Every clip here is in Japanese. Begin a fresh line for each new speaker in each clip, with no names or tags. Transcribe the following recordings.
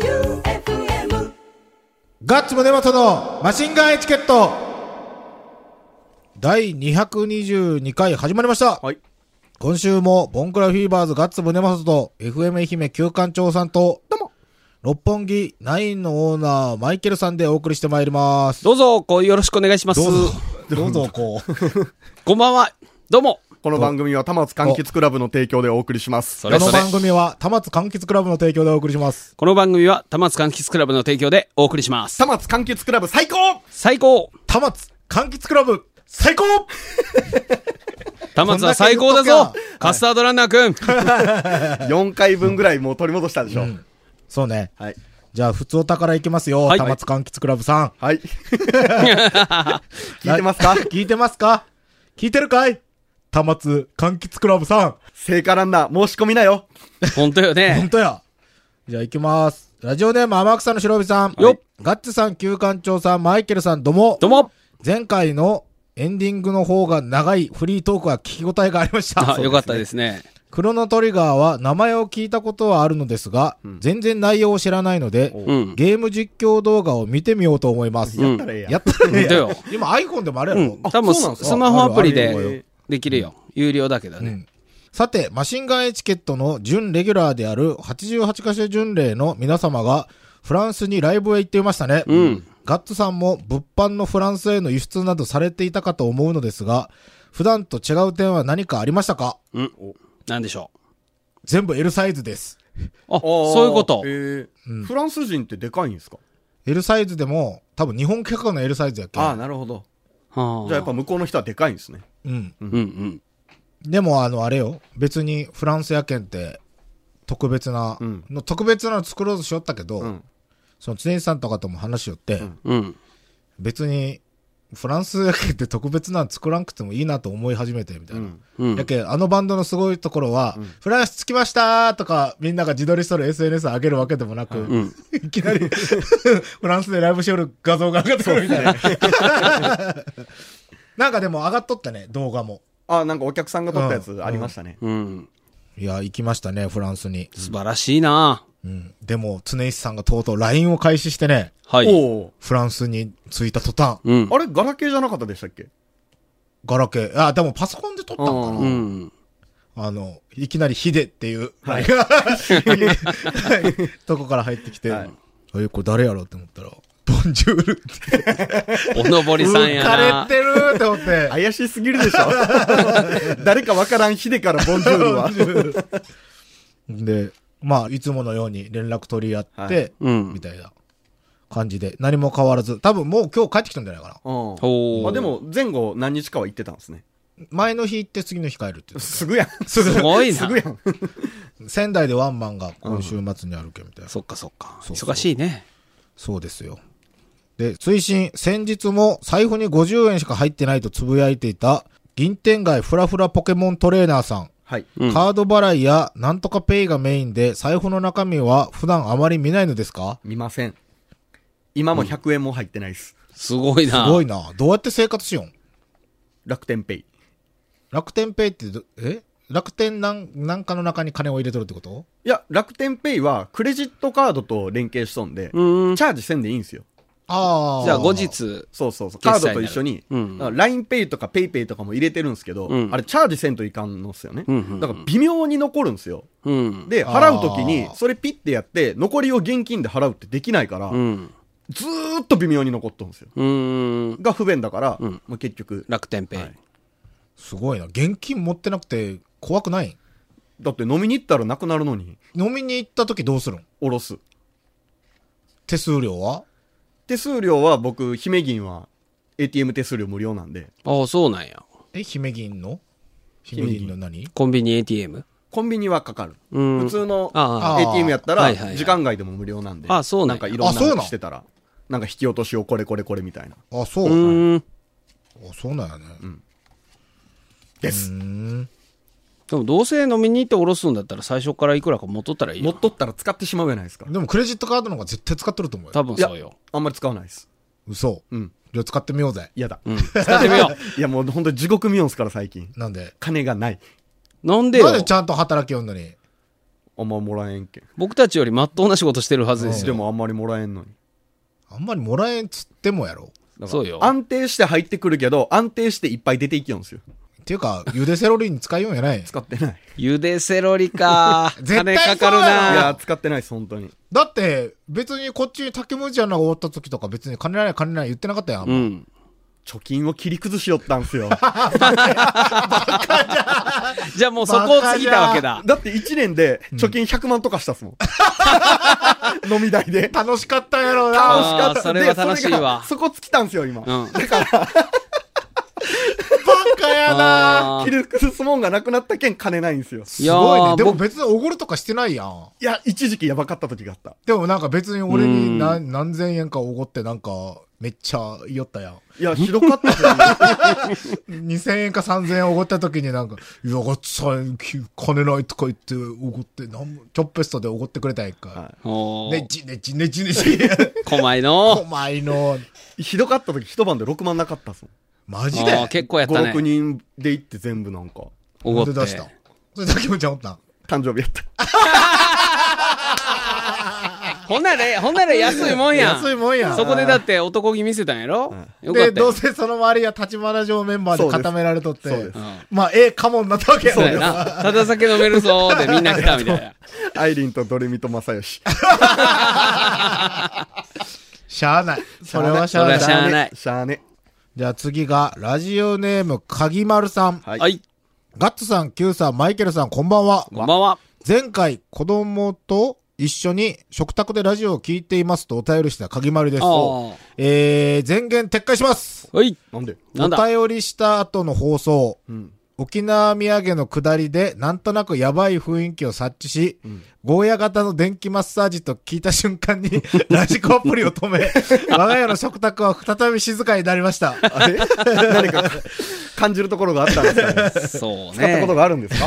J-O-E-U-F-M
ガッツムネマソのマシンガンエチケット第222回始まりました、
はい
今週もボンクラフィーバーズガッツムネマソと FM 愛媛旧館長さんと
どうも
六本木ナインのオーナーマイケルさんでお送りしてまいります
どうぞ、こうよろしくお願いします。
どうぞこう
こんばんは。どうも。
この番組は、たまつかんきつクラブの提供でお送りします。
そ
こ
れ
の
それ。
番組は田松柑橘クラブの提供でお送りします
この番組は、たまつかんきつクラブの提供でお送りします。
たまつかんきつクラブ最高
最高
田松柑橘クラブ最高
たまつは最高だぞ
こんだけ言っときゃ
カスタードランナーくん
!4 回分ぐらいもう取り戻したでしょ。
そうね
はい。
じゃあ普通お宝いきますよ、
はい
田松柑橘クラブさん
はい。聞いてますか
聞いてますか聞いてるかい玉津柑橘クラブさん。
聖火ランナー、申し込みなよ。
本当よ
ほん
ね。
とや。じゃあ行きます。ラジオネーム天草の白帯さん。
よっ
ガッツさん、旧館長さん、マイケルさん、どうも。
どうも。
前回のエンディングの方が長いフリートークは聞き応えがありました。
あ、よかったですね。
クロノトリガーは名前を聞いたことはあるのですが、全然内容を知らないので、
うん。
ゲーム実況動画を見てみようと思います。
うん
やったらええや
やったらええやん
ほんとよ
今 iPhone でもあれや
う
ろ、
ん。多分
そうなん
ス、
す
スマホアプリ
ああるある
でできるよ。有料だけど
う
ね。
んさて、マシンガンエチケットの準レギュラーである88カ所巡礼の皆様がフランスにライブへ行っていましたね。
うん
ガッツさんも物販のフランスへの輸出などされていたかと思うのですが、普段と違う点は何かありましたか
うん。なんでしょ
全部 L サイズです。
う。あ、そういうこと
え。ーフランス人ってでかいんですか
L サイズでも、多分日本客の L サイズやっけ。
なるほど。
はあ
じゃあやっぱ向こうの人はでかいんですね。
うん。
うんうん。
でも、あの、あれよ。別にフランスやけんって、特別な、
うん
の特別なの作ろうとしよったけど、
うん。
その常石さんとかとも話しよって、
ん
うん。
別に、フランスやけって特別なの作らんくてもいいなと思い始めて、みたいな。
う
や
ん。
け、あのバンドのすごいところは、フランス着きましたーとか、みんなが自撮りしとる SNS 上げるわけでもなく、
ん
いきなり、 フランスでライブしよる画像が上がってくるみたい な。なんかでも上がっとったね、動画も。
あ、なんかお客さんが撮ったやつありましたね。
うん。
いや、行きましたね、フランスに。
素晴らしいな
うん。でも、常石さんがとうとう LINE を開始してね、
はい。
おお。
フランスに着いた途端、
うん。
あれ、ガラケーじゃなかったでしたっけ
ガラケー、あ、でもパソコンで撮ったんかな。
うん
うん。
あの、いきなりヒデっていう、
はい
はいとこから入ってきて、
はい
え、これ誰やろって思ったら、ボンジュールって。
おのぼりさんや
浮か
な
れてるって思って。
怪しすぎるでしょ 誰かわからんヒデからボンジュールは。
で、まあ、いつものように連絡取り合って、
はい
うん
みたいな感じで、何も変わらず、多分もう今日帰ってきたんじゃないかな。
うん
ほう。
まあでも、前後何日かは行ってたんですね。
前の日行って次の日帰るって言って
すぐやん。
すごいな
すぐやん。
た。仙台でワンマンが今週末にあるけみたいな。
そっかそっか。
そうそう
忙しいね。
そうですよ。で、推進、先日も財布に50円しか入ってないとつぶやいていた、銀天街フラフラポケモントレーナーさん。
はい。
うん
カード払いやなんとかペイがメインで、財布の中身は普段あまり見ないのですか
見ません。今も100円も入ってないです。
すごい
す
な。
ごいな。どうやって生活しよん
楽天ペイ。
楽天ペイってど、え楽天なん、なんかの中に金を入れとるってこと
いや、楽天ペイはクレジットカードと連携しとんで、チ
うん。
ャージせんでいいんですよ。
ああ。
じゃあ後。日。
そうそうそう。カ
決
ード
済
と一緒に、
になるうん
LINEPay とか PayPay とかも入れてるんですけど、
うん
あれチャージせんといかんのっすよね。
うんうんうん
だから微妙に残るんですよ。
うん。
で、
あー
払うときに、それピッてやって、残りを現金で払うってできないから、
うん。
ずーっと微妙に残っとるんですよ。
うん。
が不便だから、
うん
まあ、結局、
楽天ペイ。
はい
すごいな。現金持ってなくて怖くない
だって飲みに行ったらなくなるのに、
飲みに行った時どうするん
おろす。
手数料は
手数料は僕、姫銀は ATM 手数料無料なんで、
ああ、そうなんや。
え、姫銀の姫
姫銀
銀の何
コンビニ ATM?
コンビニはかかる。
うん。
普通の
あ
あー
ATM やった
は
ら、
いはいはい
時間外でも無料なんで、
あそうなん
なんか
や
いろん
あそう
な
なん
のしてたら、なんか引き落としをこれこれこれみたいな。
あ、そうう。
ーん。
あ、そうなんやね。
です。
でもどうせ飲みに行っておろすんだったら最初からいくらか持っとったらいい
持
よ
っ。とったら使ってしまうじゃないですか。
でもクレジットカードの方が絶対使ってると思う
多
よ。
分そうよ。
あんまり使わないです。
嘘。
うん。
じゃあ使ってみようぜ。
嫌だ。
うん。使ってみよう。
いやもう本当に地獄見よんすから最近。
なんで。
金がない。
なんでよ
なん。でちゃんと働きよんのに。
あんまもらえんけん。
僕たちよりまっとうな仕事してるはずです
で
よ。
もあんまりもらえんのに。
あんまりもらえんつってもやろ。
だから
そうよ
安定して入ってくるけど、安定していっぱい出ていきよんすよ。
っていうか、ゆでセロリに使いようんやない。
使ってない。
ゆでセロリか。
絶対
金かかる
そう
い
あ
や
な。
ー、使ってないです、本当に。
だって、別にこっちに竹むちゃんらがおった時とか別に金ない金ない言ってなかったやん。
うん。
貯金を切り崩しよったんす よ。
じゃあもうそこを過ぎたわけだ。
だって1年で貯金100万とかしたっすもん。 飲み代で。
楽しかったんやろう
楽
な。
しかった。
あーそれは楽しいわ
でそれがそこ尽きたんすよ、今。
うん。
バカやな。
あ
切
ー
り崩すもんがなくなったけん金ないんすよ。
すごい
いや
ね。
ー
でも
僕
別におごるとかしてないやん。
いや、一時期やばかった時があった。
でもなんか別に俺に何何千円かおごってなんか、めっちゃ言いよったやん。
いや、ひどかった時に。
2000円か3000円おごった時になんか、いや、ごっつぁん、き金ないとか言っておごって、なんもチョッペストでおごってくれたやんか
は。
お
ね
ー。
ちねちねちねち。
狛
お
江の。
前の、
ひどかった時一晩で6万なかったっすもん。
マジ
あー
で。
結構やった
5、
ね
6。人で行って全部なんか、
おごって。
出した。それだけもちゃんおったん。
誕生日や った。
ほんなら、ほんなら安いもんやん。
安いもんやん
そこでだって男気見せたんやろよか
で、
った
ど
よ
う。せその周りは立花城メンバーで固められとっ
そうで
て
す、
まあ、ええかもになったわけや
そうや
ね。
な。ただ酒飲めるぞーでみんな来たみたいな。
アイリンとドレミと正義。
しゃあない。それはしゃあ
そ
な
れはし
い。
ゃあない
しゃあね。
じゃあ次が、ラジオネーム、かぎまるさん。
は。
はいい。
ガッツさん、Q さん、マイケルさん、こんばんは。
こんばんは。
前回、子供と一緒に食卓でラジオを聞いていますとお便りした鍵丸です
あ。ー
えー、前言撤回します。
はい。
なんで
なん
お
だ
便りした後の放送、
うん。
沖縄土産の下りでなんとなくやばい雰囲気を察知し、ゴーヤ型の電気マッサージと聞いた瞬間にラジコアプリを止め、 我が家の食卓は再び静かになりました。
あれ 何か感じるところがあったんですかね。
そうね。
使ったことがあるんですか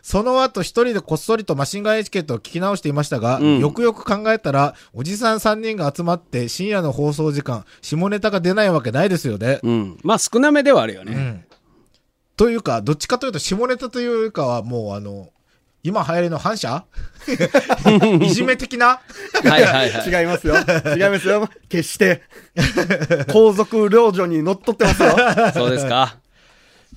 その後一人でこっそりとマシンガンエチケットを聞き直していましたが、
うん
よくよく考えたら、おじさん3人が集まって深夜の放送時間、下ネタが出ないわけないですよね。
うん。まあ少なめではあるよ
うん。
ね。
というか、どっちかというと下ネタというかはもうあの、今流行りの反射 いじめ的な
はいはいはい。
違いますよ。違いますよ。決して。皇族領女に乗っ取ってます よ。
そうですか。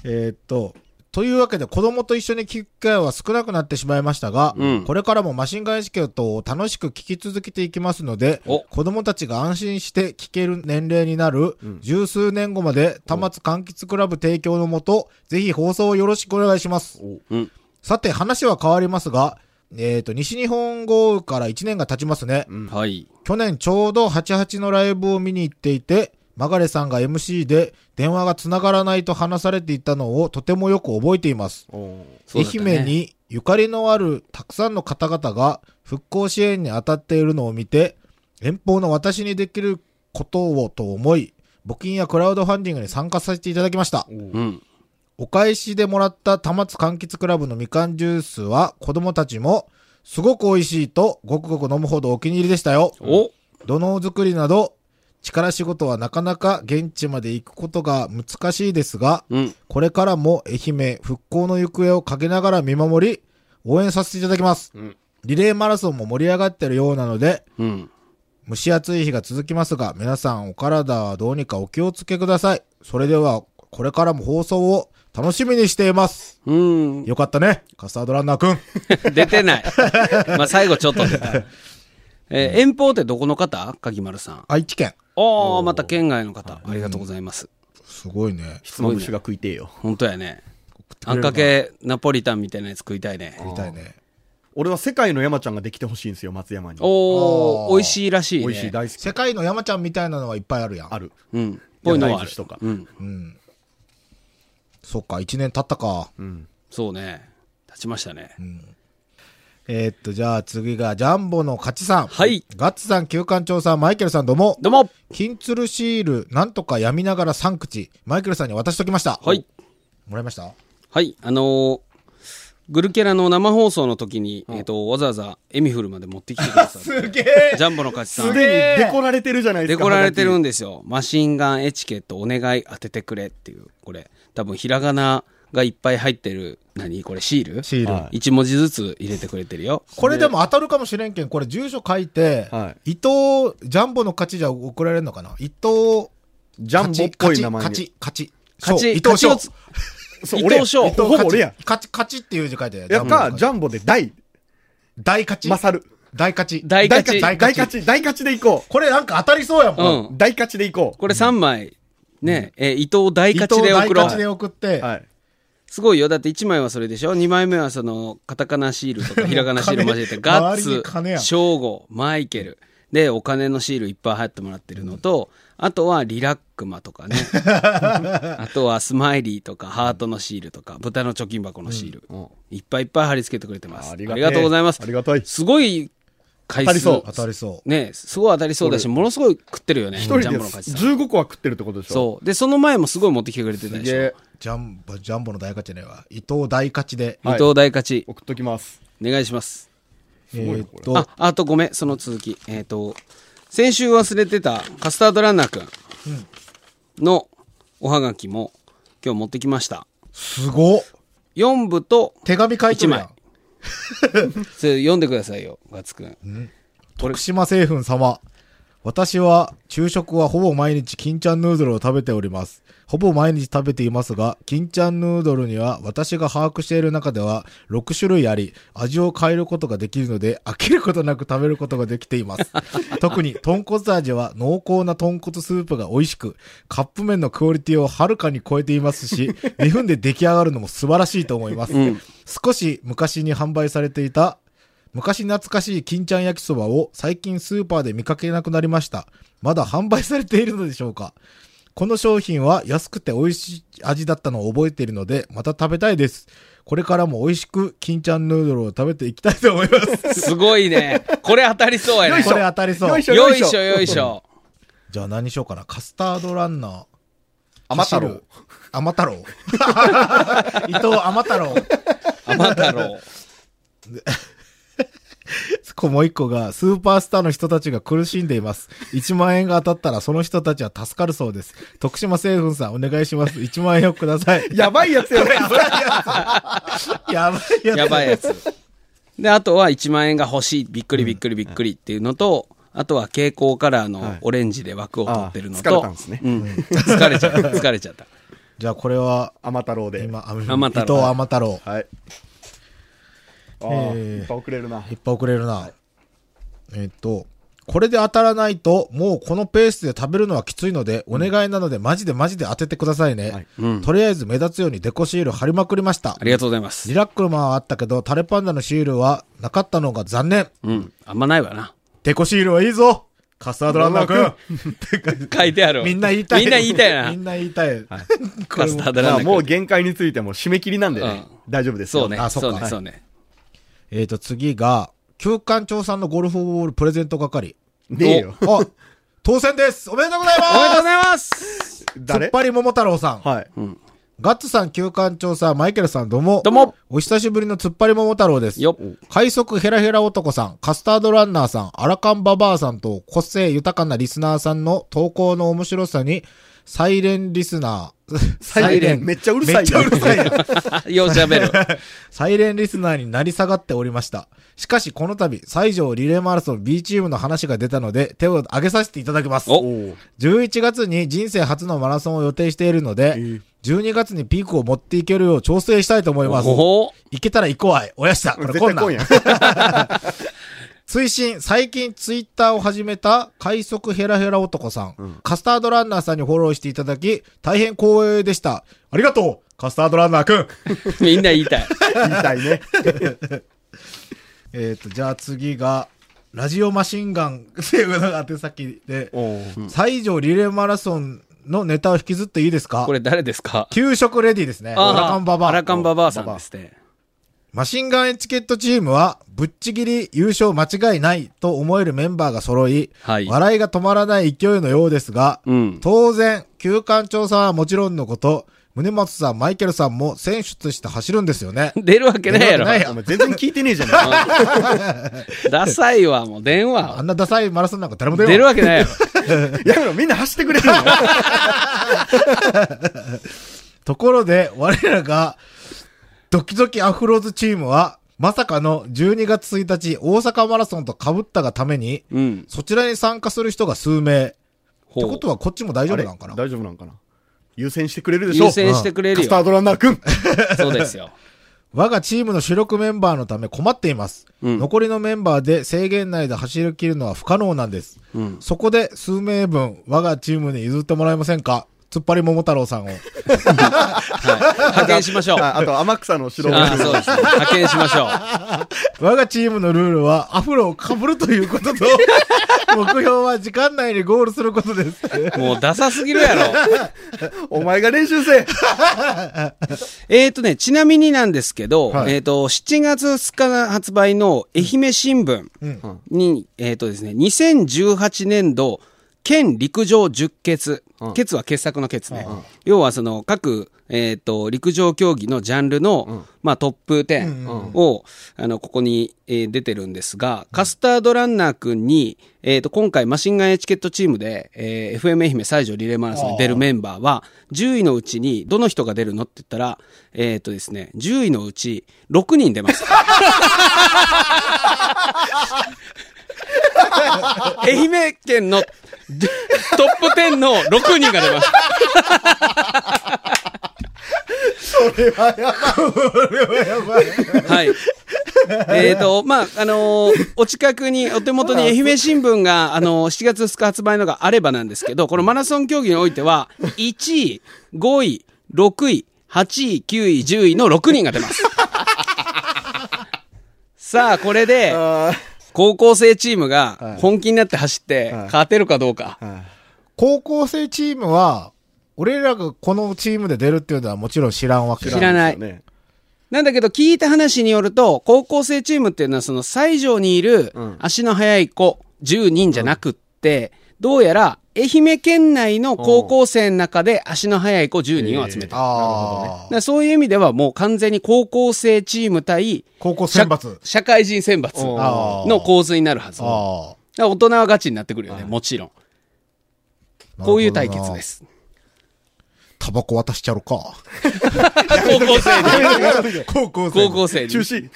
えーっと、というわけで子供と一緒に聞く機会は少なくなってしまいましたが、
うん
これからもマシンガンエチケットを楽しく聞き続けていきますので、
お
子供たちが安心して聞ける年齢になる十数年後まで、たまつ柑橘クラブ提供のもと、ぜひ放送をよろしくお願いします。
うん。
さて話は変わりますが、えーっと、西日本豪雨から1年が経ちますね。
はい。
去年ちょうど88のライブを見に行っていて、マガレさんが MC で電話が繋がらないと話されていたのをとてもよく覚えています。
そうだったね
愛媛にゆかりのあるたくさんの方々が復興支援に当たっているのを見て、遠方の私にできることをと思い、募金やクラウドファンディングに参加させていただきました。
うん。
お返しでもらった多摩津柑橘クラブのみかんジュースは子供たちもすごく美味しいとごくごく飲むほどお気に入りでしたよ。
お
土のう作りなど、力仕事はなかなか現地まで行くことが難しいですが、
うん。
これからも愛媛復興の行方をかけながら見守り、応援させていただきます。
うん
リレーマラソンも盛り上がってるようなので、
うん。
蒸し暑い日が続きますが、皆さんお体はどうにかお気をつけください。それでは、これからも放送を楽しみにしています。
うん。
よかったね、カスタードランナーくん。
出てない。まあ最後ちょっと出た。えー遠方ってどこの方鍵丸さん。
愛知県。
おー、また県外の方。ありがとうございます。
すごいね。
ひつまぶしが食いてえよ。
本当やね。
てく
あ
れる
ん
かな
かけナポリタンみたいなやつ食いたいね。
みたいね。
俺は世界の山ちゃんができてほしいんですよ、松山に。
お
あー
ー、美味しいらしいね。
美味しい、大好き。
世界の山ちゃんみたいなのはいっぱいあるやん。
ある。
うん。ぽいのはあ
大
る
豆とか。
うん。
そっか、一年経ったか。
うん。
そうね。立ちましたね。
えーっと、じゃあ次が、ジャンボの勝ちさん。
はい
ガッツさん、旧館長さん、マイケルさん、どうも。
どうも
金鶴シール、なんとかやみながら3口。マイケルさんに渡しときました。
はい。。
もらいました
はい、あのーグルケラの生放送の時に、えっ、と、わざわざエミフルまで持ってきてくださって、
すげえ
ジャンボの勝ちさ
す
ん、
でにデコられてるじゃないで
です
か。
こられてる
は
んですよ。マシンガンエチケットお願い当ててくれっていう、これ、多分ひらがながいっぱい入ってる、何これシール
シール。
はい
一文字ずつ入れてくれてるよ。
これでも当たるかもしれんけん、これ住所書いて、
は
伊藤、ジャンボの勝ちじゃ送られるのかな伊藤、
ジャンボっぽい名前に
勝ち、勝ち、
勝ち、
伊藤
勝
翔。
ちをつ
そう
伊
俺や
藤翔
ほぼ俺や。
勝ち、勝ちっていう字書いてある
やか、ジ
ャン
ャンボで大、
ボ大勝ち。
マサル。
大勝ち。
大勝ち
大
大
勝ち。
勝ち、大勝ちでいこ
これなんか当たりそうやもん。
うん
う。大勝ちでいこう。
これ3枚、ね、えー、伊藤大
伊
勝
藤
ちで
大
送ろ
勝ちで
う。
送って、
はい。
すごいよ。だって1枚はそれでしょ ?2 枚目はその、カタカナシール とか、ひらがなシール交えて、
金
ガッ
周りに金や
ツ、ショーゴ、マイケル。で、お金のシールいっぱい入ってもらってるのと、あとはリラックマと かね。あとはスマイリーとか、ハートのシールとか、豚の貯金箱のシール。
うん
いっぱいいっぱい貼り付けてくれてます。あ
あ
り
りがてえ
がとうございます。
ありがたい
すごい回
当
数。
たりそう
当たりそう。
ね、すごい当たりそうだし、ものすごい食ってるよね。
一
ジャ
人
ン
で
ボの勝ちさん。
15個は食ってるってことでしょ
そう。で、その前もすごい持ってきてくれてた
す
で
げ
しょ
え。。
ジャンボ、ジャンボの大勝ちねえわ。伊藤大勝ちで、
伊藤大勝ち、
送っときます。
お願いします。
え
ごい
ー
な
っ
あ
と、、
あとごめん、その続き。えっ、と、先週忘れてたカスタードランナーくんのおはがきも今日持ってきました。
すごっ。
4部と、
手紙書いてるやん
一枚。それ読んでくださいよ、ガッツくん。
徳島製粉様。私は、昼食はほぼ毎日金ちゃんヌードルを食べております。ほぼ毎日食べていますが、金ちゃんヌードルには私が把握している中では6種類あり、味を変えることができるので、飽きることなく食べることができています。特に、豚骨味は濃厚な豚骨スープが美味しく、カップ麺のクオリティをはるかに超えていますし、2分で出来上がるのも素晴らしいと思います。少し昔に販売されていた昔懐かしい金ちゃん焼きそばを最近スーパーで見かけなくなりました。まだ販売されているのでしょうかこの商品は安くて美味しい味だったのを覚えているので、また食べたいです。これからも美味しく金ちゃんヌードルを食べていきたいと思います。
すごいね。これ当たりそうやね。
これ当たりそう。
よいしょ
よいしょ、よいしょ。
じゃあ何しようかな。カスタードランナー。
甘太郎
走る。甘太郎。 伊藤甘太郎。
甘太郎。
こもう一個が、スーパースターの人たちが苦しんでいます。1万円が当たったらその人たちは助かるそうです。徳島製粉さんお願いします。1万円をくだ さい。
やばいやつやね。
やばいやつ。
やばいやつ。で、あとは1万円が欲しい、びっくりびっくりびっくりっていうのと、あとは蛍光カラー
は
の
い
オレンジで枠を取ってるのと、
ああ疲れたんですね
うん疲れちゃった、疲れちゃった。
じゃあこれは、
甘太郎で。
今、あ
甘太郎
伊藤甘太郎。
はい。ああ、
えー
いっぱい送れるな。
いっぱい送れるな。えっと、これで当たらないと、もうこのペースで食べるのはきついので、お願いなので、マジでマジで当ててくださいね。
はい
うん
とりあえず目立つようにデコシール貼りまくりました
あ。りがとうございます
リ。ラックマンはあったけど、タレパンダのシールはなかったのが残念。
うん。あんまないわな。
デコシールはいいぞカスタードランナー君
書いてある。
みんな言いたい。
みんな言いた い
み。
なん
な言いたい。これ
カ
も
スタード
まあ
ランナ
もう
ー君。
限界についても締め切りなんでね、
うん
大丈夫ですよ
そうね
あ、そっか
そうね、
はい
そうね。
えーと、次が、旧館長さんのゴルフボールプレゼント 係。
ねえよ
あ、当選ですおめでとうござい
おめでと
ま
うございます
す
誰
突っ張り桃太郎さん。
はい、
ガッツさん、旧館長さん、マイケルさん、どうも。
どうも。
お久しぶりの突っ張り桃太郎です。
よっ。
快速ヘラヘラ男さん、カスタードランナーさん、アラカンババアさんと個性豊かなリスナーさんの投稿の面白さに、サイレンリスナー、
サイレンめっちゃうるさい
め
よ
っちゃうるさいよ。
ようしゃべる。
サイレンリスナーになり下がっておりました。しかし、この度、西条リレーマラソン B チームの話が出たので、手を挙げさせていただきます。
お
おう
11月に人生初のマラソンを予定しているので、
ー
12月にピークを持っていけるよう調整したいと思い ます。
お
行けたら行こうあい。おやした。これ
絶
こん
対
な
今
ん
夜
推進、最近ツイッターを始めた快速ヘラヘラ男さん,、カスタードランナーさんにフォローしていただき、大変光栄でした。ありがとうカスタードランナーくん
みんな言いたい。
言いたいね
えっと、じゃあ次が、ラジオマシンガンっていうのが宛先で、
おう
西条リレーマラソンのネタを引きずっていいですか
これ誰ですか
給食レディですね。
あー
アラカンババア
アラカンババアさんですね。
マシンガンエチケットチームは、ぶっちぎり優勝間違いないと思えるメンバーが揃い、
はい
笑いが止まらない勢いのようですが、
うん。。
当然、旧館長さんはもちろんのこと、宗松さん、マイケルさんも選出として走るんですよね
出るわけねえやろ。
出るわけない
お前全然聞いてねえじゃない
ダサいわ、もう電
あ
話。
んなダサいマラソンなんか誰も出る
出るわけないやろ。
やめろみんな走ってくれるの
ところで、我らが、ドキドキアフローズチームは、まさかの12月1日、大阪マラソンと被ったがために、
うん。
そちらに参加する人が数名。って
ほう
ことは、こっちも大丈夫なんかな
あれ大丈夫なんかな優先してくれるでしょ
優先してくれ
カ
る
スター
よ。
ドランナーくん
そうですよ。
我がチームの主力メンバーのため困っています。
うん
残りのメンバーで制限内で走り切るのは不可能なんです。
うん。
そこで数名分、我がチームに譲ってもらえませんか突っ張り桃太郎さんを。
はい。派遣しましょう。
あ
あ
あと天草の白
あー、
目
そうですね。派遣しましょう。
我がチームのルールはアフロを被るという ことと、目標は時間内にゴールすることです。
もうダサすぎるやろ。
お前が練習せえ
えーとね、ちなみになんですけど、
はい
えーと、7月2日発売の愛媛新聞
うん
に、えーとですね、2018年度、県陸上十傑。
うん
傑は傑作の傑ね。
うん
要はその各、えーと、陸上競技のジャンルの、
うん
まあトップ10。
うんうん
を、あの、ここに、えー出てるんですが、カスタードランナーくんに、えっ、と、今回、マシンガンエチケットチームで、えー FM 愛媛西条リレーマラソンに出るメンバーは、10位のうちに、どの人が出るのって言ったら、えっ、とですね、10位のうち、6人出ます。愛媛県のトップ10の6人が出ます。はい。 えっと、まあ、あのーお近くに、お手元に愛媛新聞 が、あのー7月2日発売のがあればなんですけど、このマラソン競技においては、1位、5位、6位、8位、9位、10位の6人が出 ます。さあ、これで、
あ
高校生チームが本気になって走って、
はい
勝てるかどうか
ー。はい
高校生チームは、俺らがこのチームで出るっていうのはもちろん知らんわけ
知らない
知らんですよね
なんだけど、聞いた話によると、高校生チームっていうのは、その西条にいる
うん
足の速い子、10人じゃなくって、どうやら、愛媛県内の高校生の中で足の速い子10人を集めてる。だか
ああ、
らそういう意味ではもう完全に高校生チーム対
高校選
社
抜。
社会人選抜
あー
の構図になるはず。だか
あ
ら大人はガチになってくるよね、もちろん。
あ。
こういう対決で。す。
タバコ渡しちゃろか。
高校生 に。
高校
高校 生に
中。止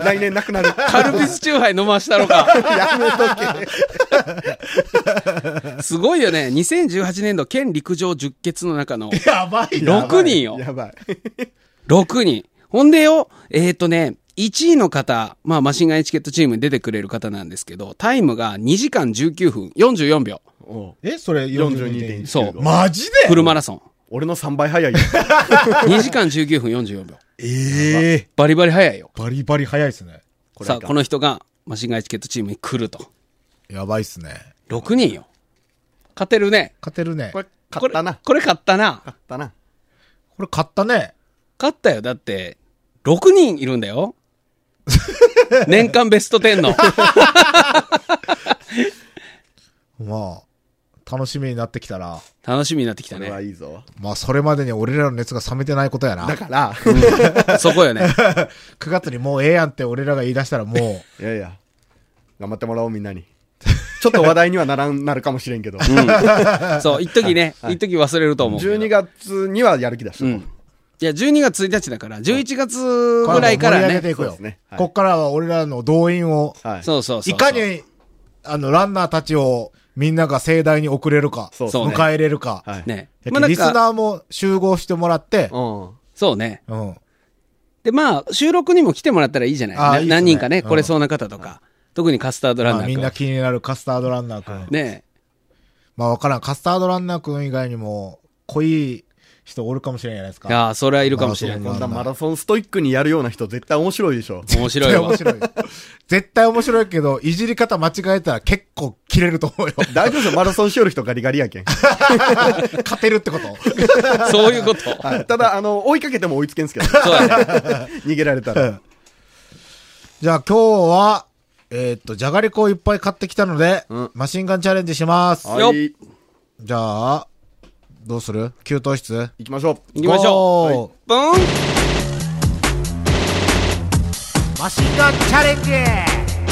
来年なくなる
カルピスチューハイ飲ましたのか。
やめとけ
すごいよね。2018年度県陸上10決の中の
やば いな。
6人よ。
やばい。
6人。ほんでよ、えっ、とね、1位の方、まあマシンガンエチケットチームに出てくれる方なんですけど、タイムが2時間19分44秒。
え、それ42.1。
42.1。
そう
マジで
フルマラソン。
俺の3倍早いよ。
2時間19分44秒。
ええ
バリバリ早いよ。
バリバリ早いっすね。
これ
さ
か
あ、この人がマシンガンエチケットチームに来ると。
やばいっすね。
6人よ。勝てるね。
勝てるね。
こ
これ
れ、勝ったな
これ。これ勝ったな。
勝ったな。
勝ったね。
勝ったよ。だって、6人いるん だよ。年間ベスト10の。
まあ、楽しみになってきたら、
楽しみになってきた
これは
ね。
いいぞ。
まあ、それまでに俺らの熱が冷めてないことやな。
だ
9
から、
そこ よね。
月にもうええやんって俺らが言い出したらも
いやいや、頑張ってもらおう、みんなに。ちょっと話題にはならん、なるかもしれん けど。
そう、一時ね、一時忘れると思うけど。
12月にはやる気出した。
うん。いや、12月1日だから、11月
う、
ぐらいから
これはもう盛り上げて
ね。
いく
そ
よ
う。ですねはい
こっからは俺らの動員を、
はい。
そうそうそう。
いか、に、あの、ランナーたちをみんなが盛大に送れるか、
そう
そうね
迎え入れるか。
はい。
ね。
やけ
まあ、なん
リス
か、
ナーも集合してもらって
う、ん。
そうね。
うん。
で、まあ、収録にも来てもらったらいいじゃない
あー
ない
いっすね
何人かね、
うん
来れそうな方とか。特にカスタードラン
ま
ナ
あ、
ー
みん
君
な気になるカスタードランナーくん。
ね。
まあ、わからん。カスタードランナーくん以外にも、濃い人おるかもしれんじゃないですか。
いやーそれはいるかもしれ
まあ
ん。
そう
こんなマラソンストイックにやるような人、絶対面白いでしょ。
面
絶
白い
対
わ
面。白い。絶対面白いけど、いじり方間違えたら結構切れると思うよ。
大丈夫ですよ、マラソンしよる人ガリガリやけん。
勝てるってこと
そういうこと。そう
はいただ、あの、追いかけても追いつけんすけど、
だ ね。
逃げられたら。
じゃあ今日は、えーっと、じゃがりこをいっぱい買ってきたので、
うん
マシンガンチャレンジします。
いよ
は
っ
い。行
じゃあ、どうする給湯室
きましょう。
行きましょ
ゴ
う。ブーン
ーマシンガンチャレンジ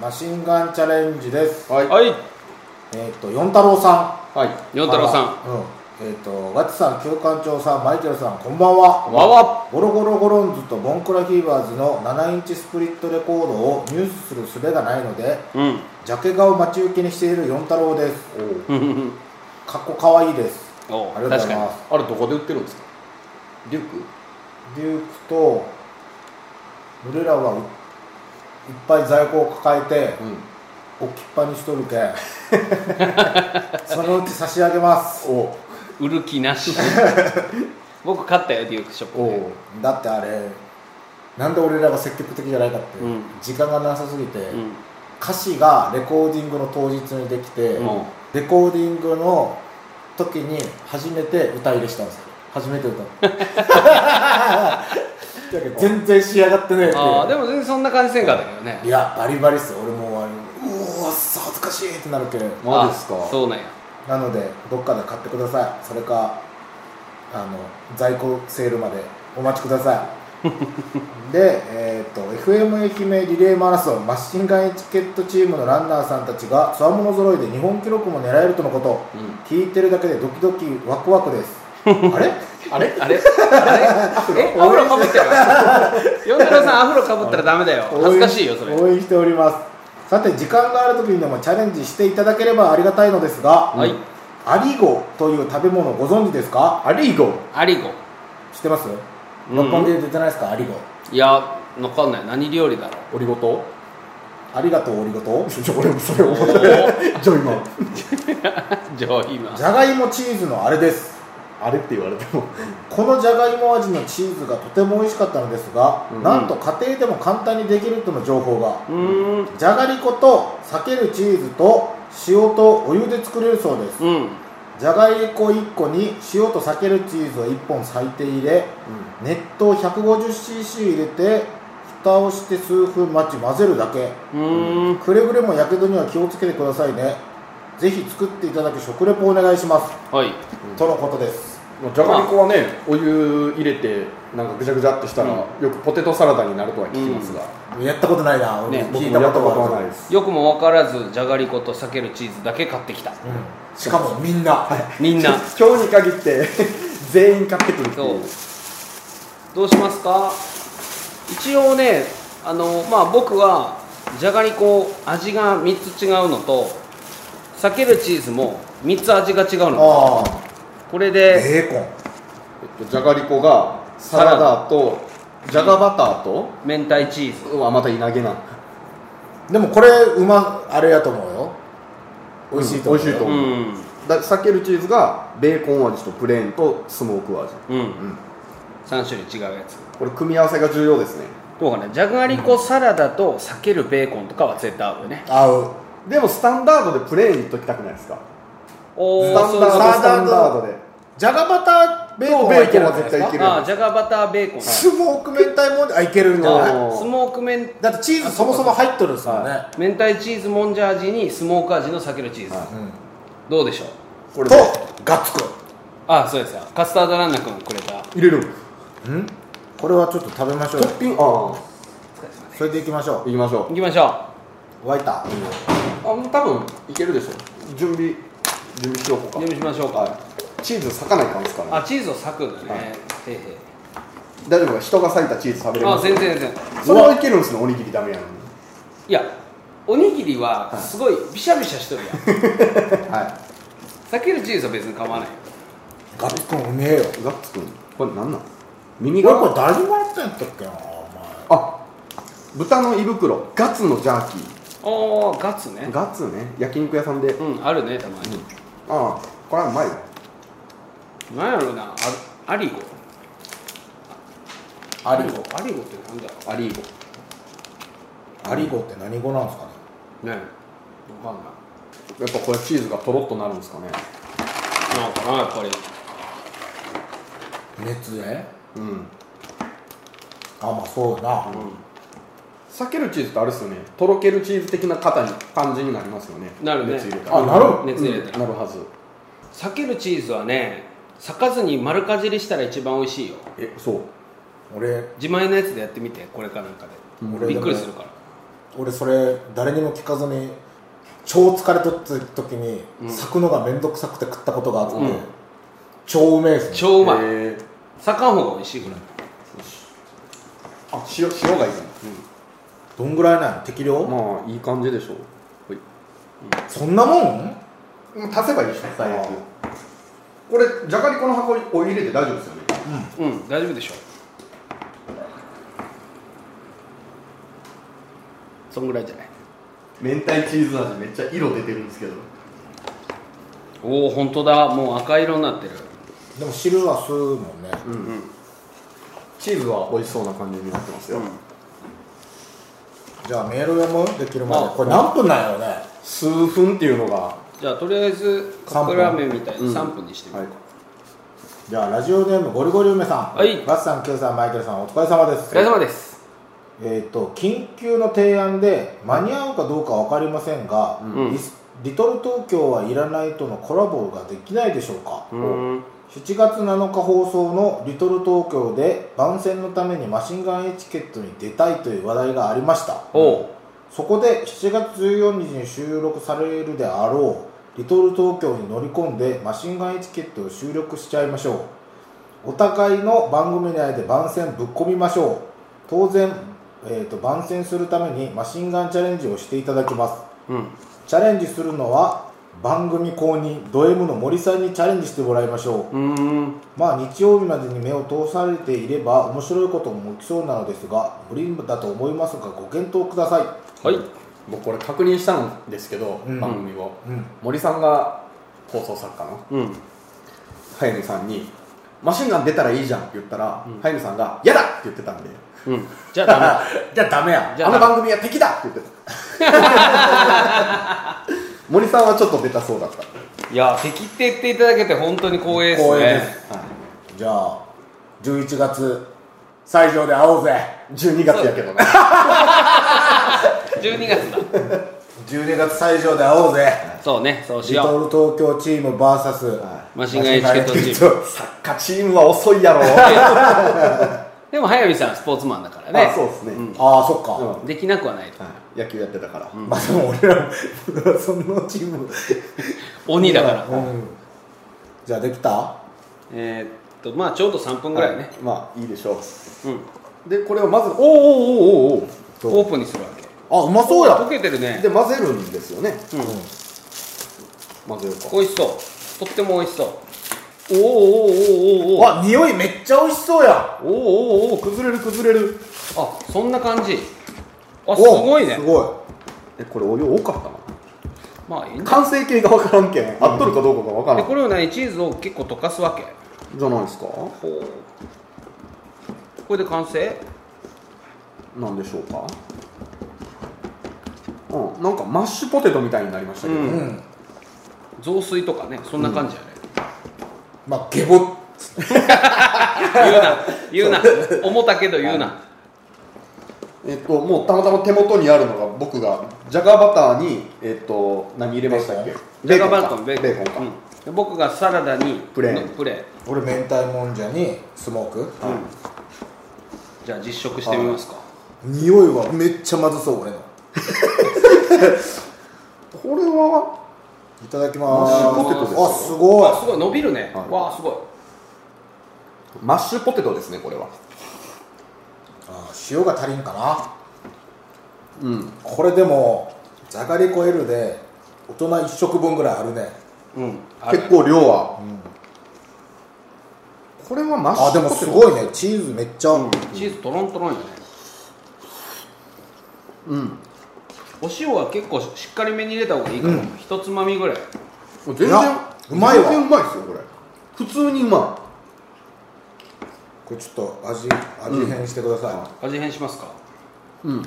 マシンガンチャレンジです。
はい。
えっ、と四太郎さん
はい。四太郎さん。
ん、うん、えっ、とガチさん旧館長さんマイケルさんこんばんは
わわ
ゴロゴロゴロンズとボンクラフィーバーズの7インチスプリットレコードを入手する術がないので
うん。
ジャケ顔待ち受けにしている四太郎 です
うんうんうん
かっこかわいいです
お
ありがとうございます
あれどこで売ってるんですかデューク
デュークと俺らはういっぱい在庫を抱えて、置きっぱにしとるけ んそのうち差し上げます
お
売る気な し僕買ったよデュークショップで
お
だってあれなんで俺らが積極的じゃないかって、
うん
時間がなさすぎて、
うん
歌詞がレコーディングの当日にできて、
うん
レコーディングの時に初めて歌入れしたんですよ初めて歌った だけど全然仕上がってねえって
ああでも全然そんな感じせんかったけどね
いやバリバリっすよ俺もうあのうおー恥ずかしいってなるけん
マジっすか
あそうなんや
なのでどっかで買ってくださいそれかあの在庫セールまでお待ちくださ いで、えー、と FM 愛媛リレーマラソンマシンガンエチケットチームのランナーさんたちがつわもの揃いで日本記録も狙えるとのこと、聞いてるだけでドキドキワクワク ですあれ
あれあれあれえアフロかぶってる四太郎さんアフロかぶったらダメだよ恥ずかしいよそれ
応援しておりますさて時間がある時にでもチャレンジしていただければありがたいのですが、
はい
アリゴという食べ物ご存知ですか
アリーゴ
アリゴ
知ってます
うん
六本木で出てないですかアリゴ
いやわかんない何料理だろう
オリゴ糖
ありがとうオリゴ糖
ちょ 俺もそれを
おー
ジョイマン
上品な
じゃがいもチーズのあれです
あれって言われても
このじゃがいも味のチーズがとても美味しかったのですが、
うん
なんと家庭でも簡単にできるとの情報が
うーん
じゃがりこと裂けるチーズと塩とお湯で作れるそうです
うん
じゃがりこ1個に塩と裂けるチーズを1本割いて入れ熱湯 150cc 入れて蓋をして数分待ち混ぜるだけ
うーん
くれぐれもやけどには気をつけてくださいねぜひ作っていただき食レポお願いします、
はい
とのことです
まあじゃがりこはねお湯入れてなんかぐちゃぐちゃってしたら、よくポテトサラダになるとは聞きますが、
やったことないな、俺
ね
聞い
僕も
たこ
やった
と
こと
があ
は
る
ないです
よくも分からずじゃがりこと避けるチーズだけ買ってきた
うんしかもみんな、
みんな
今日に限って 全員買ってくるって
そ
いうう
どうしますか一応ねあのまあ僕はじゃがりこ味が3つ違うのと避けるチーズも3つ味が違う
あ
の
あ
これ
ベー
で
コン
えっとじゃがりこがサラダとじゃがバターと
明太チーズ
うわまた稲毛な
でもこれうまあれやと思うよ美味しいと思うよ、
うん美味しいと
う
思
ん
だ避けるチーズがベーコン味とプレーンとスモーク味
うん、3種類違うやつ
これ組み合わせが重要ですね
どうかねじゃがりこサラダと避けるベーコンとかは絶対合うよね
合う
でもスタンダードでプレーンにときたくないですか
お
スタ
ー
ンダー
そう
ド
いうこ
スタンダードで
じゃがバターベーコンはいけるんじゃないです
ベーコンは絶対い
か
け
とあーじゃがバターベーコン、
スモーク明太もんあいけるんじゃない
あ
あスモーク麺
だってチーズそもそも入っとるんですもんね、
明太チーズもんじゃ味にスモーク味の避けるチーズ、どうでしょう
これで
とガッツくん
あそうですよカスタードランナ君くれた
入れる
これはちょっと食べましょう
ト
よ
ッピングああ
それでいきましょ
いきましょう
行きましょ
う沸いた
あ多分いけるでしょ準備準備しよう
う
か
準備しましょうか、
はいチーズ裂かないかんですから、ね、
あチーズを裂くんだね、
はい
へいへい
大丈夫か人が裂いたチーズ食べれ
あ
ます
全然全然
それはいけるんですねおにぎりダメやのに
いやおにぎりはすごいビシャビシャし とるやん、
は
避けるチーズは別に構わないよ
ガッツくんうめえよ
いガッツくんこれなんなん耳
俺これ
が
誰にもらったんやったっけな
あ豚の胃袋ガツのジャーキ
おーガッツね
ーガツね焼肉屋さんで、
うんあるねたまに、
ああこれはうまいわ
なんやろうなあアリゴ
お前アリゴ
アリゴってなんだろ
アリーゴ
アリゴって何語なんですかね
うねえわかんない
やっぱこれチーズがとろっとなるんですかね
なんかなやっぱり
熱で
うん
あまあそうやな、
避けるチーズってあれですよねとろけるチーズ的な型に感じになりますよね
なるね
熱入れたら
あなる
熱入れたら
なるはず
避けるチーズはね裂かずに丸かじりしたら一番美味しいよ
えそう
俺
自前のやつでやってみてこれかなんかで、
俺
びっくりするから
俺それ誰にも聞かずに超疲れとった時に、咲くのがめんどくさくて食ったことがあって、超うめえですね
超うまい
えー
咲かん方が美味しいぐらい
あ塩塩がいいか
どんぐらいなん適量、
なまあいい感じでしょう
そんなもん
もう足せばいいでしょ最悪これじゃがりこの箱にお湯入れて大丈夫ですよね
うん大丈夫でしょそんぐらいじゃない
明太チーズ味めっちゃ色出てるんですけど
おお本当だもう赤色になってる
でも汁は吸うもんね、
チーズは美味しそうな感じになってますよ、
じゃあメール読むできるまで
あ
これ何分なんやろね
数分っていうのがは
じゃあとりあえずカップラーメンみたいに
うん
3分にしてみ
い
る、
じゃあラジオネームゴリゴリ梅さん
はい
バスさんケイさんマイケルさんお疲れ様です
お疲れ様です
えー、と緊急の提案で間に合うかどうか分かりませんが、
ん
リスリトル東京はいらないとのコラボができないでしょうか、
うん
7月7日放送の「リトル東京」で番宣のためにマシンガンエチケットに出たいという話題がありました
おう
そこで7月14日に収録されるであろう「リトル東京」に乗り込んでマシンガンエチケットを収録しちゃいましょうお互いの番組内で番宣ぶっ込みましょう当然、えー、と番宣するためにマシンガンチャレンジをしていただきます
うん
チャレンジするのは番組公認ド M の森さんにチャレンジしてもらいましょう
うん
まあ日曜日までに目を通されていれば面白いことも起きそうなのですが無理だと思いますがご検討ください
はい
僕これ確認したんですけど、
うん
番組を、
うん
森さんが放送作家の
うん
早見さんに「マシンガン出たらいいじゃん」って言ったら、早見さんが「嫌だ!」って言ってたんで
うんじゃあダメだ
じゃあダメや
じゃあ
あ
ダメ
の番組は敵だって言ってた森さんはちょっと出たそうだった
いや敵って言っていただけて本当に光栄ですね
光栄ですじゃあ11月最上で会おうぜ
12月やけどね
12月だ
12月最上で会おうぜ
そうねそうし
リ
よ
トル東京チーム VS
マシンガンエチケットチ
マシン
ーム
ガンエチケット
作家チームは遅いや ろ
うでも早見さんはスポーツマンだからね
あそうですね、
ああそっか、
できなくはないと
はい野球やってたから、
まあでも俺ら もそのチーム
鬼だから、
うんじゃあできた
えーっとまあちょうど3分ぐらいね、
はいまあいいでしょう
うん
でこれをまずおーおーおーおー
そう
オープンにするわけ
おーあうまそうや
溶けてるね
で混ぜるんですよね、
うん
混ぜようか
美味しそうとっても美味しそうおーおーおーおーおー
わ匂いめっちゃ美味しそうや
おーおーおー崩れる崩れる
あそんな感じあ
お
すごいね
すごい
えこれお湯多かったな
まあいいんだ
完成形が分からんけん合っとるかどうかが分から
で
ん、
これを何チーズを結構溶かすわけ
じゃないですか
ほうこれで完成
なんでしょうかうんなんかマッシュポテトみたいになりましたけど、
うん
うん
雑炊とかねそんな感じやね、
まあゲボ
言うな言うな重たけど言うな
えっともうたまたま手元にあるのが僕がジャガーバターにえっと何入れましたっけ
ジャガ
か
バーコンベーコン
ベーコンか、
うんで僕がサラダに
プレーン
のプレーン
俺明太もんじゃにスモーク、
じゃあ実食してみますか
匂いはめっちゃまずそう俺のい
これは
ただきま
マッシ
ー
ュポテトです
す
よ
あすごい
あすごい伸びるね、
はい
わあすごい
マッシュポテトですねこれは
あ塩が足りんかな
うん
これでもじゃがりこ L で大人1食分ぐらいあるね
うんあ
結構量は、これはマッシュ
あでも
ポテ
す
ト
ごいねチーズめっちゃ、
チーズトロントロンやね
うん
お塩は結構しっかりめに入れた方がいいかも、一つまみぐらい
全然
いやうまいわ
全然うまいですよこれ普通にうま
これちょっと味味変してください、
味変しますか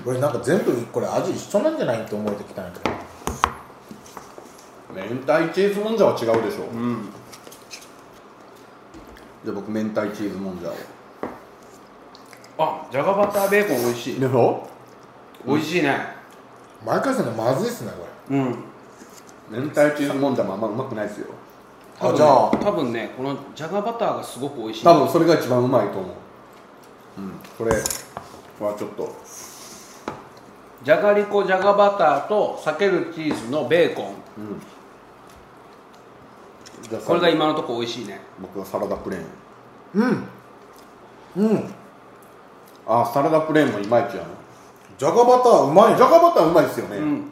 これなんか全部これ味一緒なんじゃないって思えてきたんやけど
い明太チーズもんじゃは違うでしょう、じゃあ僕明太チーズもんじゃを
あじゃがバターベーコン美味しい、
でも
美味しいね
毎回するのまずいっすねこ
うん
明太チーズもんじゃもあんまうまくないですよ
れあじゃあ
多分ねこのじゃがバターがすごく美味しい
多分それが一番うまいと思ううんこれはちょっと
じゃがりこじゃがバターと避けるチーズのベーコン
じゃあ
これが今のとこ美味しいね
僕はサラダプレーン
うん。
あサラダプレーンもいまいちやな
じゃがバターうまい
じゃがバターうまいですよね、
うん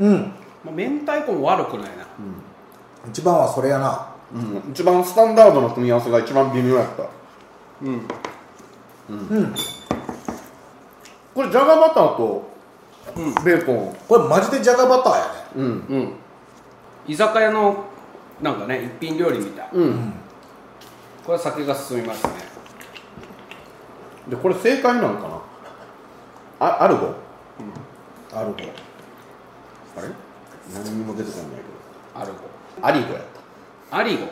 うん。
まあ明太子も悪くないな
一番はそれやな。
うん一番スタンダードの組み合わせが一番微妙やった
うん
これじゃがバターとベーコン
これマジでじゃがバターやね。
うん
うん居酒屋のなんかね一品料理みたい
うん、
これは酒が進みますね
でこれ正解なのかなあアルゴ
あるね。
あれ何にも出てこないけ
アルゴ
どアリゴやっ
アリゴ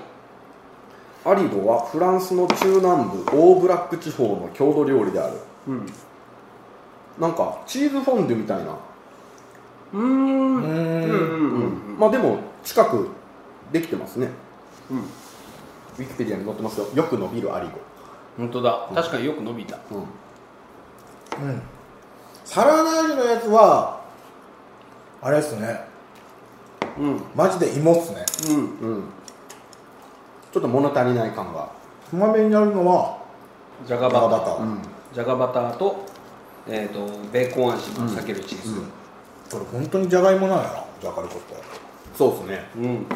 たアリゴはフランスの中南部オーブラック地方の郷土料理である
うん
なんかチーズフォンデュみたいな、
うーんうん
ん
うんうん
まあでも近くできてますね
うん
ウィキペディアに載ってますよよく伸びるアリ
本当だ確かによく伸びた
ゴ、うん、
うん。サラダ味のやつは、あれっすね。
うんうん
マジで芋っすね。
うん、ちょっと物足りない感が、
うまめになるのは、
じゃが
じゃ
バ
が
タ
バ
ー
ター。
ん、
じゃがバターと,、えー、とベーコン味の避けるチーズ
これ本当にじゃがいもなんやな。じゃがりこって。
そうですね
うん、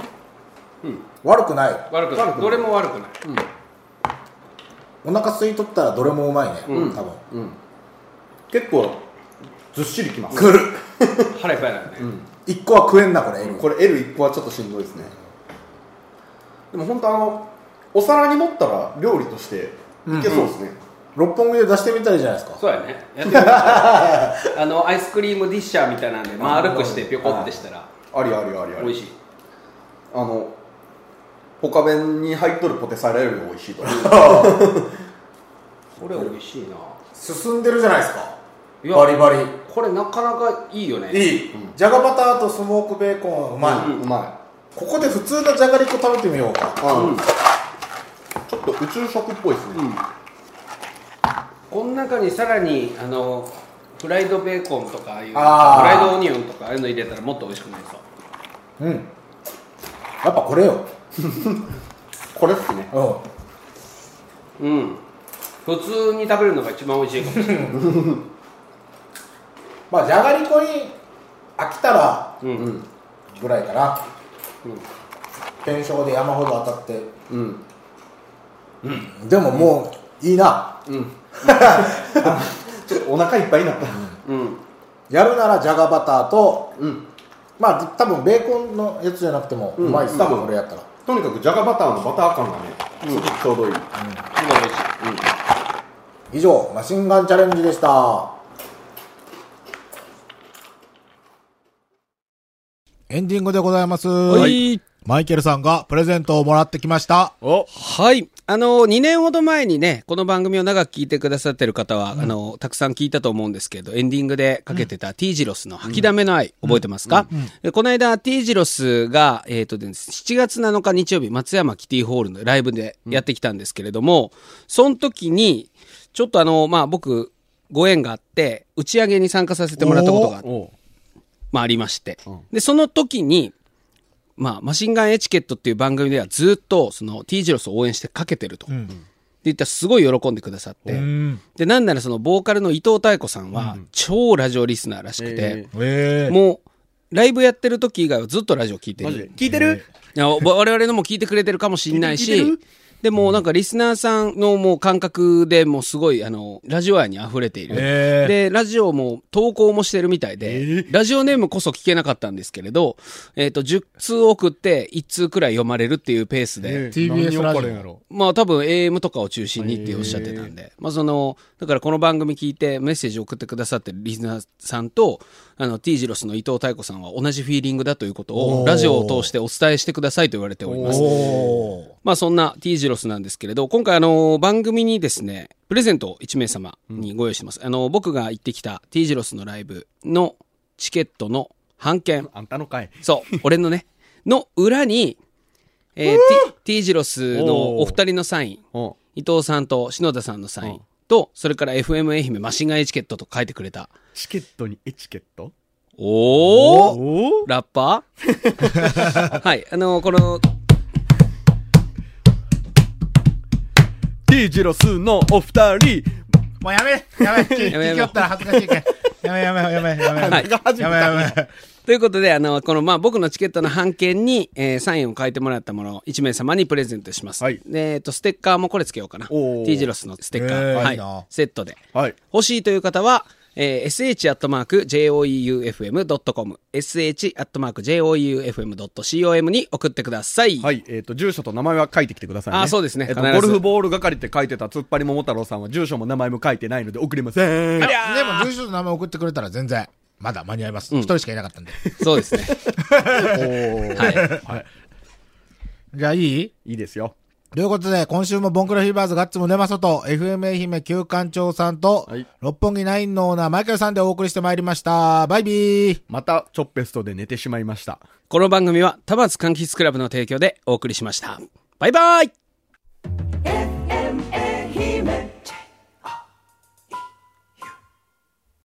悪くない。
悪
悪く
くない
ない
どれも悪くない、
お腹空いとったらどれもうまいね。
うん
多分。
うん結構ずっしりきます、
くる
腹いっぱいだよね、
一個は食えんな、これ。
これ L1 個はちょっとしんどいですねでも本当あのお皿に盛ったら料理としていけそうですね、
六本木で出してみたいじゃないですか。
そうやねやってみたいあのアイスクリームディッシャーみたいなんで丸くしてピョコってしたら
ありありありあり
美味しい
あのポカ弁に入っとるポテサラより美味しいと思う
これ美味しいな
進んでるじゃないですか。
いや
バリバリ。
これなかなかいいよね
いい、じゃがバターとスモークベーコンはうまい、
うま
ここで普通のじゃがりこ食べてみようか
い、あの
うん
ちょっと宇宙食っぽいですね、
この中にさらにあのフライドベーコンとかああいうフ
あー
ライドオニオンとかああいうの入れたらもっと美味しくなりそう
うんやっぱこれよ
これっすね
う
うん普通に食べるのが一番美味しいかもしれない、
んまあじゃがりこに飽きたら
うんうん
ぐらいかな
うん
検証で山ほど当たって
うん
でももういいな、
うん
ちょっとお腹いっぱいになった
うん
やるならじゃがバターと
うん
まあ多分ベーコンのやつじゃなくてもうまいっす、
うん
多
多
分
分
これやったら
とにかくじゃがバターのバター感がね、すごくちょうどいい、
すごい美味しい
以上マシンガンチャレンジでしたエンディングでございます、
はい。
マイケルさんがプレゼントをもらってきました。
お
はい。あの、2年ほど前にね、この番組を長く聞いてくださってる方は、あの、たくさん聞いたと思うんですけど、エンディングでかけてた T ジロスの吐きだめの愛、覚えてますか、でこの間 T ジロスが、えっ、とです、7月7日日曜日、松山キティホールのライブでやってきたんですけれども、その時に、ちょっとあの、まあ、僕、ご縁があって、打ち上げに参加させてもらったことがあって
お
まあ、ありまして、でその時に、まあ、マシンガンエチケットっていう番組ではずっとその T ジロスを応援してかけてると、で言ったらすごい喜んでくださって、でなんならそのボーカルの伊藤妙子さんは超ラジオリスナーらしくて、
ええ
もうライブやってる時以外はずっとラジオ聞いて
マ
る
ジ聞いてる
いやわ我々のも聞いてくれてるかもしんない
聞いてる聞い
し、でもなんかリスナーさんのもう感覚でもうすごいあの、ラジオ愛に溢れている。
へー
で、ラジオも投稿もしてるみたいで、ラジオネームこそ聞けなかったんですけれど、えっ、と、10通送って1通くらい読まれるっていうペースで、
TBS ラジオ
何をこれやろ
まあ多分 AM とかを中心にっておっしゃってたんで、まあその、だからこの番組聞いてメッセージを送ってくださってるリスナーさんと、あの T ジロスの伊藤妙子さんは同じフィーリングだということ
お
を
ー
ラジオを通してお伝えしてくださいと言われております。
おー
まあそんな T ジロスなんですけれど、今回あの番組にですね、プレゼントを1名様にご用意してます。あの僕が行ってきた T ジロスのライブのチケットの半券、
あんたのかい
そう、 俺のね、の裏に、えー、T, T ジロスのお二人のサイン、
お
伊藤さんと篠田さんのサインと、それから FM 愛媛マシンガンエチケットと書いてくれた
チケットにエチケット
おお
お
ラッパー はい、あのこの、
T ジロスのお二人
もうやめ やめ聞
やめやめ
聞きよったら恥ずかしいから。やめやめやめやめやめ。
はい
やめやめ。
ということで、あの、この、まあ、僕のチケットの版権に、えーサインを書いてもらったものを1名様にプレゼントします。
はい
でえっと、ステッカーもこれつけようかな。
おー
T ジロスのステッカー。
えー
はい
いいな
セットで。
はい
欲しいという方は、えー sh.joeufm.com、sh.joeufm.com に送ってください。
はい、えっ、と、住所と名前は書いてきてください、ね。
あそうですね
えっ、と、
必ず
ゴルフボール係って書いてた突っ張り桃太郎さんは住所も名前も書いてないので送りません。
でも、住所と名前送ってくれたら全然、まだ間に合います。一人しかいなかったんで。
そうですね。はい。
じゃあいい
いいですよ。
ということで、今週もボンクラフィーバーズガッツムネマソと、FM 愛媛旧館長さんと、
はい
六本木ナインのオーナーマイケルさんでお送りしてまいりました。バイビー
また、チョッペストで寝てしまいました。
この番組は、田松柑橘クラブの提供でお送りしました。バイバイ
F